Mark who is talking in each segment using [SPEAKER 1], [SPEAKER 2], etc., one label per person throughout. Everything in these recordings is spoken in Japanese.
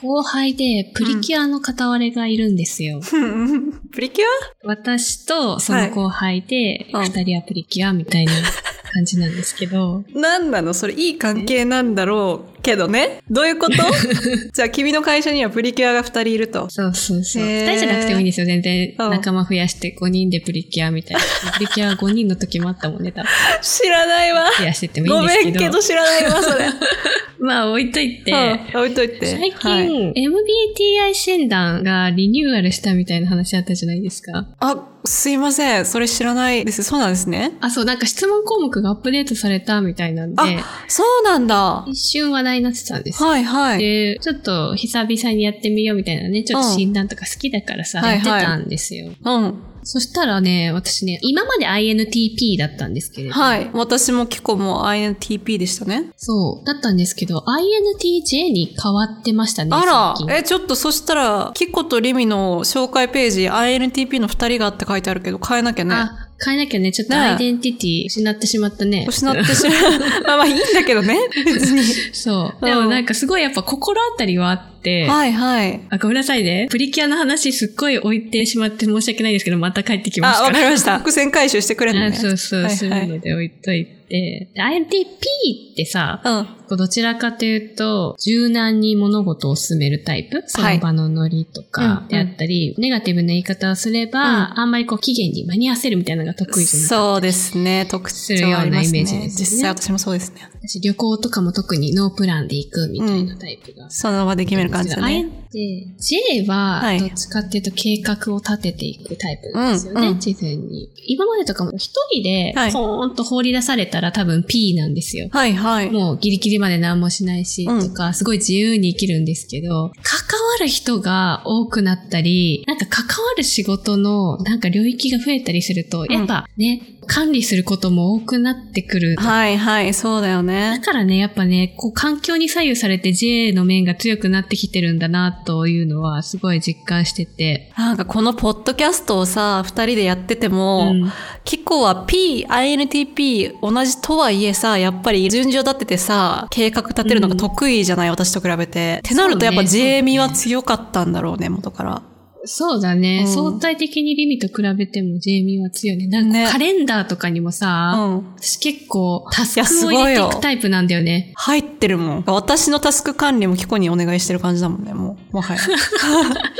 [SPEAKER 1] 後輩でプリキュアの片割れがいるんですよ。
[SPEAKER 2] プリキュ
[SPEAKER 1] 私とその後輩で、
[SPEAKER 2] はいうん
[SPEAKER 1] 二人はプリキュアみたいな感じなんですけど、
[SPEAKER 2] アなんなのそれいい関係なんだろうけどね。どういう ことじゃあ君の会社にはプリキュアが二人いると。
[SPEAKER 1] そうそうそう。
[SPEAKER 2] へ
[SPEAKER 1] 二
[SPEAKER 2] ー
[SPEAKER 1] 人じゃなくてもいいんですよ、全然。
[SPEAKER 2] うん
[SPEAKER 1] 仲間増やして5人でプリキュアみたいな。プリキュア5人の時もあったもんね、多分。
[SPEAKER 2] 知らないわ。
[SPEAKER 1] 増やしてってもいい
[SPEAKER 2] ご
[SPEAKER 1] んですけ
[SPEAKER 2] め
[SPEAKER 1] ど。
[SPEAKER 2] んけど知らないわ、 それ。
[SPEAKER 1] まあ、置いといて。
[SPEAKER 2] うん、置いといて。
[SPEAKER 1] 最近、
[SPEAKER 2] はい
[SPEAKER 1] MBTI 診断がリニューアルしたみたいな話あったじゃないですか。
[SPEAKER 2] あ、すいません。それ知らないです。そうなんですね。
[SPEAKER 1] あ、そう、なんか質問項目がアップデートされたみたいなんで、
[SPEAKER 2] あ、そうなんだ。
[SPEAKER 1] 一瞬話題になってたんですよ。
[SPEAKER 2] はいはい。
[SPEAKER 1] で、ちょっと久々にやってみようみたいなね、ちょっと診断とか好きだからさ、
[SPEAKER 2] うん
[SPEAKER 1] やってたんですよ。
[SPEAKER 2] うん。
[SPEAKER 1] そしたらね、私ね、今まで INTP だったんですけれど、
[SPEAKER 2] はい。私もキコも INTP でしたね。
[SPEAKER 1] そう、だったんですけど、INTJ に変わってましたね、
[SPEAKER 2] あ
[SPEAKER 1] 最近
[SPEAKER 2] ら、え、ちょっとそしたら、キコとリミの紹介ページ、INTP の二人がって書いてあるけど、変えなきゃね。
[SPEAKER 1] あ、変えなきゃね、ちょっと
[SPEAKER 2] ね
[SPEAKER 1] アイデンティティ失ってしまったね。
[SPEAKER 2] 失ってしまう。まあまあいいんだけどね。別に。
[SPEAKER 1] そう。
[SPEAKER 2] うん
[SPEAKER 1] でもなんかすごいやっぱ心当たりはあって、
[SPEAKER 2] はいはい。
[SPEAKER 1] あ、ごめんなさいね。プリキュアの話すっごい置いてしまって申し訳ないですけど、また帰ってきます
[SPEAKER 2] あ、
[SPEAKER 1] から。
[SPEAKER 2] わかりました。伏線回収してくれるの
[SPEAKER 1] あ
[SPEAKER 2] ね。
[SPEAKER 1] そうそう、
[SPEAKER 2] はいはい
[SPEAKER 1] そういうので置いといて。INTP ってさ、
[SPEAKER 2] うん。
[SPEAKER 1] こうどちらかというと、柔軟に物事を進めるタイプその場のノリと
[SPEAKER 2] う
[SPEAKER 1] か
[SPEAKER 2] ん
[SPEAKER 1] であったり、ネガティブな言い方をすれば、あんまりこう期限に間に合わせるみたいなのが得意じゃない
[SPEAKER 2] そうですね。特徴あり
[SPEAKER 1] す
[SPEAKER 2] ます
[SPEAKER 1] るようなイメージ
[SPEAKER 2] ね。
[SPEAKER 1] ですね
[SPEAKER 2] 実際私もそうですね。
[SPEAKER 1] 私旅行とかも特にノープランで行くみたいなタイプが
[SPEAKER 2] その場で決める感じだ
[SPEAKER 1] あえ
[SPEAKER 2] ね。
[SPEAKER 1] て、J は
[SPEAKER 2] は、い
[SPEAKER 1] どっちかっていうと計画を立てていくタイプなんですよね、
[SPEAKER 2] うんうん
[SPEAKER 1] 事前に。今までとかも一人で
[SPEAKER 2] はい、
[SPEAKER 1] ポーンと放り出されたら多分 P なんですよ。
[SPEAKER 2] はいは い。
[SPEAKER 1] もうギリギリまで何もしないし、
[SPEAKER 2] うん
[SPEAKER 1] とか、すごい自由に生きるんですけど、関わる人が多くなったり、なんか関わる仕事の、なんか領域が増えたりすると、
[SPEAKER 2] ん
[SPEAKER 1] やっぱね、管理することも多くなってくる
[SPEAKER 2] はいはい、そうだよ
[SPEAKER 1] だ
[SPEAKER 2] ね。
[SPEAKER 1] からね、やっぱね、こう環境に左右されて JA の面が強くなってきてるんだなというのはすごい実感してて。
[SPEAKER 2] なんかこのポッドキャストをさ、二人でやってても、
[SPEAKER 1] うん
[SPEAKER 2] キコは P、INTP 同じとはいえさ、やっぱり順序立ててさ、計画立てるのが得意じゃない、私と比べて。ってなるとやっ
[SPEAKER 1] そ
[SPEAKER 2] ぱ
[SPEAKER 1] うね
[SPEAKER 2] J ミは強かったんだろうね、元から。
[SPEAKER 1] そうだね、
[SPEAKER 2] うん
[SPEAKER 1] 相対的にリミと比べても JA ミは強いね。なん
[SPEAKER 2] ね
[SPEAKER 1] かカレンダーとかにもさ、
[SPEAKER 2] うん。
[SPEAKER 1] 私結構タス
[SPEAKER 2] いやす
[SPEAKER 1] クを
[SPEAKER 2] ごい
[SPEAKER 1] 入れ
[SPEAKER 2] よ
[SPEAKER 1] ていくタイプなんだよね。
[SPEAKER 2] 入ってるもん。私のタスク管理もキコにお願いしてる感じだもんね、もう。もはや。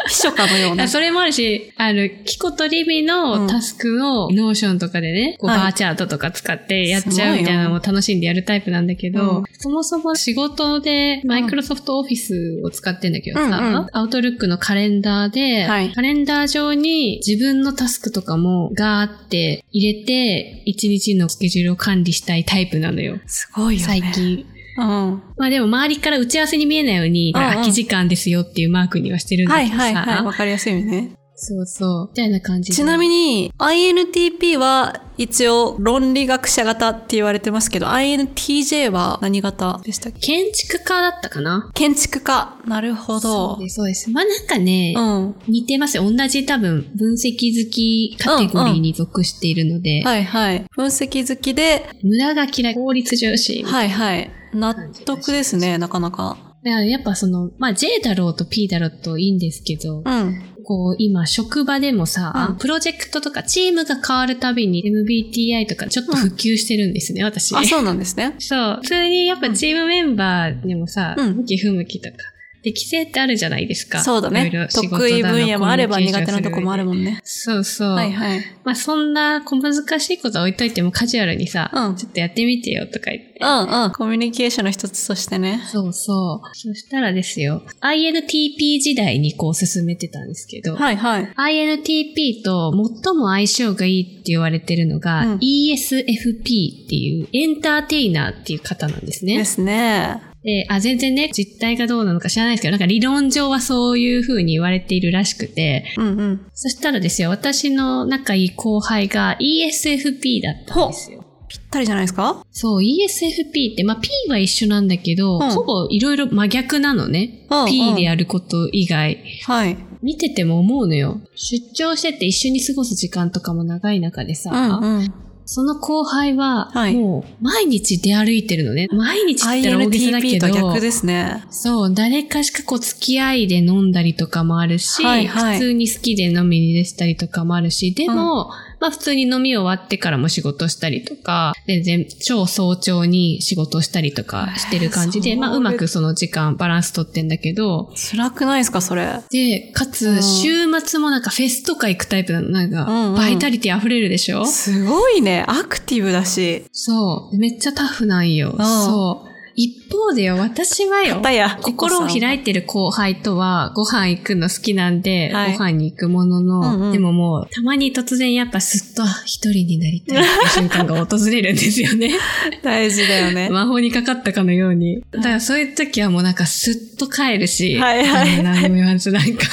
[SPEAKER 2] 秘書かのような
[SPEAKER 1] あ。 それもあるし、あの、キコとリミ
[SPEAKER 2] うん
[SPEAKER 1] のタスクをノーションとかでね、こう
[SPEAKER 2] はい
[SPEAKER 1] バーチャートとか使ってやっちゃうみたいなのも楽しんでやるタイプなんだけど、
[SPEAKER 2] うん
[SPEAKER 1] そもそも仕事でマイクロソフトオフィスを使ってんだけどさ、
[SPEAKER 2] うんうん
[SPEAKER 1] アウトルックのカレンダーで、
[SPEAKER 2] はい
[SPEAKER 1] カレンダー上に自分のタスクとかもガーって入れて、一日のスケジュールを管理したいタイプなのよ。
[SPEAKER 2] すごいよね。
[SPEAKER 1] 最近。
[SPEAKER 2] うん。
[SPEAKER 1] まあでも周りから打ち合わせに見えないように、
[SPEAKER 2] うんうん
[SPEAKER 1] 空き時間ですよっていうマークにはしてるんだ
[SPEAKER 2] は
[SPEAKER 1] け
[SPEAKER 2] い
[SPEAKER 1] どさ、
[SPEAKER 2] はいはい。わかりやすいよね。
[SPEAKER 1] そうそう。みたいな感じで。
[SPEAKER 2] ちなみに INTP は一応論理学者型って言われてますけど INTJ は何型でしたっけ
[SPEAKER 1] 建築家だったかな
[SPEAKER 2] 建築家なるほど
[SPEAKER 1] そうです、そうです。まあなんかね、
[SPEAKER 2] うん
[SPEAKER 1] 似てますよ。同じ多分、分析好きカテゴリーに属しているので、
[SPEAKER 2] はいはい分析好きで
[SPEAKER 1] 無駄が嫌い、効率重視。
[SPEAKER 2] はいはい納得ですねなかなか
[SPEAKER 1] だからやっぱその、まあ J だろうと P だろうといいんですけど、
[SPEAKER 2] うん
[SPEAKER 1] こう今職場でもさ、
[SPEAKER 2] うん
[SPEAKER 1] プロジェクトとかチームが変わるたびに MBTI とかちょっと普及してるんですね、私。
[SPEAKER 2] あそうなんですね
[SPEAKER 1] そう。普通にやっぱチームメンバーでもさ、
[SPEAKER 2] うん
[SPEAKER 1] 向き不向きとか。で、規制ってあるじゃないですか。
[SPEAKER 2] そうだ
[SPEAKER 1] いろいろ
[SPEAKER 2] ね
[SPEAKER 1] 仕事
[SPEAKER 2] 得意
[SPEAKER 1] だの
[SPEAKER 2] 分野もあれば苦手なとこもある
[SPEAKER 1] ん。
[SPEAKER 2] もんね
[SPEAKER 1] そうそう。
[SPEAKER 2] はいはい
[SPEAKER 1] まあそんな小難しいことは置いといてもカジュアルにさ、
[SPEAKER 2] うん
[SPEAKER 1] ちょっとやってみてよとか言って。
[SPEAKER 2] うんうんコミュニケーションの一つとしてね
[SPEAKER 1] そうそう。そしたらですよ、INTP 時代にこう進めてたんですけど、
[SPEAKER 2] はいはい
[SPEAKER 1] INTP と最も相性がいいって言われてるのが、
[SPEAKER 2] うん
[SPEAKER 1] ESFP っていうエンターテイナーっていう方なんですね。
[SPEAKER 2] ですね
[SPEAKER 1] で、あ、全然ね、実態がどうなのか知らないですけど、なんか理論上はそういう風に言われているらしくて、
[SPEAKER 2] うんうん
[SPEAKER 1] そしたらですよ、私の仲いい後輩が ESFP だったんですよ。
[SPEAKER 2] ぴったりじゃないですか
[SPEAKER 1] そう、ESFP って、まあ、P は一緒なんだけど、
[SPEAKER 2] うん
[SPEAKER 1] ほぼいろいろ真逆なのね。
[SPEAKER 2] うんうん
[SPEAKER 1] P でやること以外。
[SPEAKER 2] はい
[SPEAKER 1] 見てても思うのよ。出張してて一緒に過ごす時間とかも長い中でさ、
[SPEAKER 2] うんうん
[SPEAKER 1] その後輩は、
[SPEAKER 2] はい
[SPEAKER 1] もう毎日出歩いてるのね。毎日って言ったら大げさだけ
[SPEAKER 2] INTP と
[SPEAKER 1] ど、
[SPEAKER 2] は逆ですね。
[SPEAKER 1] そう、誰かしかこう付き合いで飲んだりとかもあるし、
[SPEAKER 2] はいはい
[SPEAKER 1] 普通に好きで飲みに出したりとかもあるし、でも、まあ普通に飲み終わってからも仕事したりとか、全然超早朝に仕事したりとかしてる感じ
[SPEAKER 2] へ
[SPEAKER 1] で、
[SPEAKER 2] ー
[SPEAKER 1] まあ
[SPEAKER 2] そう
[SPEAKER 1] うまくその時間バランス取ってんだけど、
[SPEAKER 2] 辛くないですか、それ。
[SPEAKER 1] で、か
[SPEAKER 2] うん
[SPEAKER 1] つ週末もなんかフェスとか行くタイプなの、なん
[SPEAKER 2] うんうん
[SPEAKER 1] かバイタリティ溢れるでしょ、
[SPEAKER 2] すごいね。アクティブだし。
[SPEAKER 1] そう、めっちゃタフなんよ。
[SPEAKER 2] うん
[SPEAKER 1] そう。一方でよ、私はよ、
[SPEAKER 2] 片や。
[SPEAKER 1] 心を開いてる後輩とはご飯行くの好きなんで、
[SPEAKER 2] はい
[SPEAKER 1] ご飯に行くものの、
[SPEAKER 2] うんうん
[SPEAKER 1] でももうたまに突然やっぱすっとあ一人になりたい っていう瞬間が訪れるんですよね。
[SPEAKER 2] 大事だよね。
[SPEAKER 1] 魔法にかかったかのように。だからそういう時はもうなんかすっと帰るし、
[SPEAKER 2] はいはい
[SPEAKER 1] あの何も言わ ずなんか。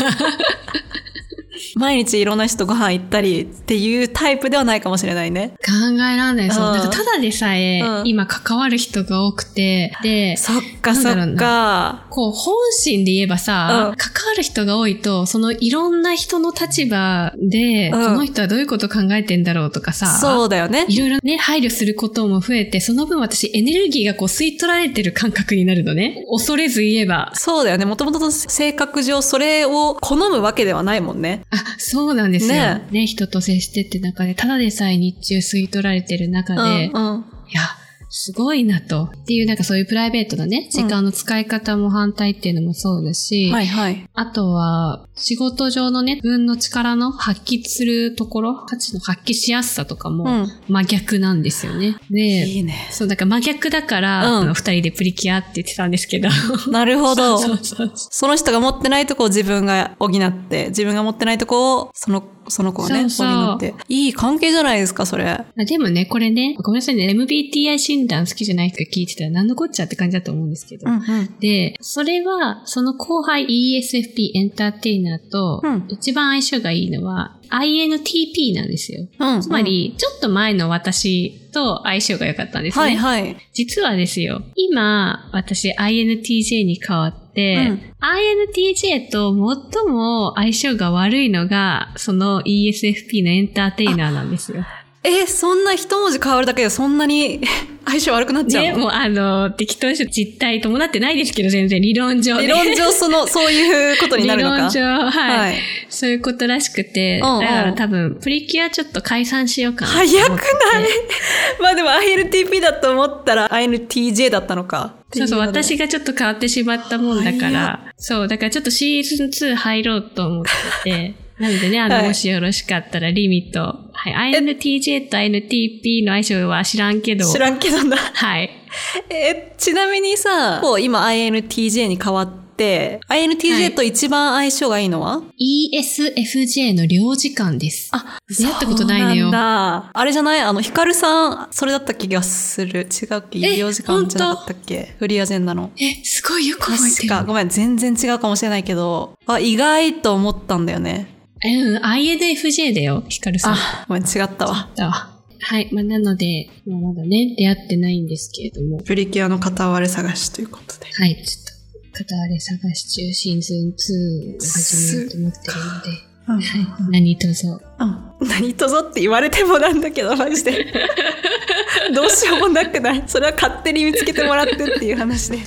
[SPEAKER 2] 毎日いろんな人とご飯行ったりっていうタイプではないかもしれないね。
[SPEAKER 1] 考えられない。そう。
[SPEAKER 2] うん
[SPEAKER 1] なんかただでさえ、
[SPEAKER 2] うん
[SPEAKER 1] 今関わる人が多くて、で、
[SPEAKER 2] そっかそ
[SPEAKER 1] なんだろ
[SPEAKER 2] っ
[SPEAKER 1] う
[SPEAKER 2] か。
[SPEAKER 1] こう、本心で言えばさ、
[SPEAKER 2] うん
[SPEAKER 1] 関わる人が多いと、そのいろんな人の立場で、
[SPEAKER 2] ん
[SPEAKER 1] この人はどういうこと考えてんだろうとかさ、
[SPEAKER 2] そうだよね。
[SPEAKER 1] いろいろね、配慮することも増えて、その分私エネルギーがこう吸い取られてる感覚になるのね。恐れず言えば。
[SPEAKER 2] そうだよね。もともと性格上それを好むわけではないもんね。
[SPEAKER 1] あ、そうなんですよ。
[SPEAKER 2] ね
[SPEAKER 1] ね人と接してって中で、ただでさえ日中吸い取られてる中
[SPEAKER 2] う
[SPEAKER 1] で、
[SPEAKER 2] んうん。
[SPEAKER 1] いや、すごいなと。っていう、なんかそういうプライベートなね、時間の使い方も反対っていうのもそうだし、
[SPEAKER 2] はいはい。
[SPEAKER 1] あとは、仕事上のね、自分の力の発揮するところ、価値の発揮しやすさとか
[SPEAKER 2] う
[SPEAKER 1] も、
[SPEAKER 2] ん。
[SPEAKER 1] 真逆なんですよね。で、
[SPEAKER 2] いいね。
[SPEAKER 1] そう、だから真逆だから、
[SPEAKER 2] うん
[SPEAKER 1] あの二人でプリキュアって言ってたんですけど。
[SPEAKER 2] なるほど。
[SPEAKER 1] そうそうそう。
[SPEAKER 2] その人が持ってないとこを自分が補って、自分が持ってないとこをその、その子がね、
[SPEAKER 1] そうそう
[SPEAKER 2] 補って。いい関係じゃないですか、それ。
[SPEAKER 1] まあでもね、これね、ごめんなさいね、MBTI 診断好きじゃない人が聞いてたら何のこっちゃって感じだと思うんですけど。
[SPEAKER 2] うん。
[SPEAKER 1] で、それは、その後輩 ESFP エンターテイナーと
[SPEAKER 2] うん、
[SPEAKER 1] 一番相性がいいのは、INTP なんですよ。
[SPEAKER 2] うん。
[SPEAKER 1] つま、り、ちょっと前の私と相性が良かったんですね。
[SPEAKER 2] はいはい。
[SPEAKER 1] 実はですよ、今、私 INTJ に変わって、
[SPEAKER 2] うん
[SPEAKER 1] INTJ と最も相性が悪いのが、その ESFP のエンターテイナーなんですよ。
[SPEAKER 2] え、そんな一文字変わるだけでそんなに 相性悪くなっちゃう
[SPEAKER 1] ね、
[SPEAKER 2] の、
[SPEAKER 1] もうあの、適当にして実態伴ってないですけど、全然理論上、ね。
[SPEAKER 2] 理論上その、そういうことになるのか。
[SPEAKER 1] 理論上、はい。
[SPEAKER 2] はい。
[SPEAKER 1] そういうことらしくて、
[SPEAKER 2] うんうん
[SPEAKER 1] だから多分、プリキュアちょっと解散しようかなと思って。
[SPEAKER 2] 早くない まあでも INTP だと思ったら INTJ だったのか。
[SPEAKER 1] そうそう、
[SPEAKER 2] っていので。
[SPEAKER 1] 私がちょっと変わってしまったもんだから、そう、だからちょっとシーズン2入ろうと思って て、なのでね、あの、
[SPEAKER 2] はい
[SPEAKER 1] もしよろしかったらリミット、はい、INTJ と INTP の相性は知らんけど、
[SPEAKER 2] 知らんけどな。
[SPEAKER 1] はい。
[SPEAKER 2] え、ちなみにさ、こう今 INTJ に変わって、
[SPEAKER 1] は
[SPEAKER 2] INTJ
[SPEAKER 1] い
[SPEAKER 2] と一番相性がいいのは、
[SPEAKER 1] ESFJ の領時間です。
[SPEAKER 2] あ、
[SPEAKER 1] 出会ったことないのよ
[SPEAKER 2] そうなんだ。あれじゃないあの、ヒカルさん、それだった気がする。違うっけ医
[SPEAKER 1] え
[SPEAKER 2] 療時間じゃなかったっけフリーアジェンダの。
[SPEAKER 1] え、すごいよく覚えて
[SPEAKER 2] 確
[SPEAKER 1] る。
[SPEAKER 2] か、ごめん、全然違うかもしれないけど、あ、意外と思ったんだよね。
[SPEAKER 1] うん、INFJ だよ、ヒカルさん。
[SPEAKER 2] あ、ごめん、違ったわ。
[SPEAKER 1] だわはい。まあ、なので、まあ、まだね、出会ってないんですけれども、
[SPEAKER 2] プリキュアの片割れ探しということで。
[SPEAKER 1] はい、ちょっと、片割れ探し中シーズン2を始めようと思ってるので、
[SPEAKER 2] う
[SPEAKER 1] は
[SPEAKER 2] ん。
[SPEAKER 1] い、何とぞ。
[SPEAKER 2] うん何とぞって言われてもなんだけど、マジで。どうしようもなくない。それは勝手に見つけてもらってっていう話で。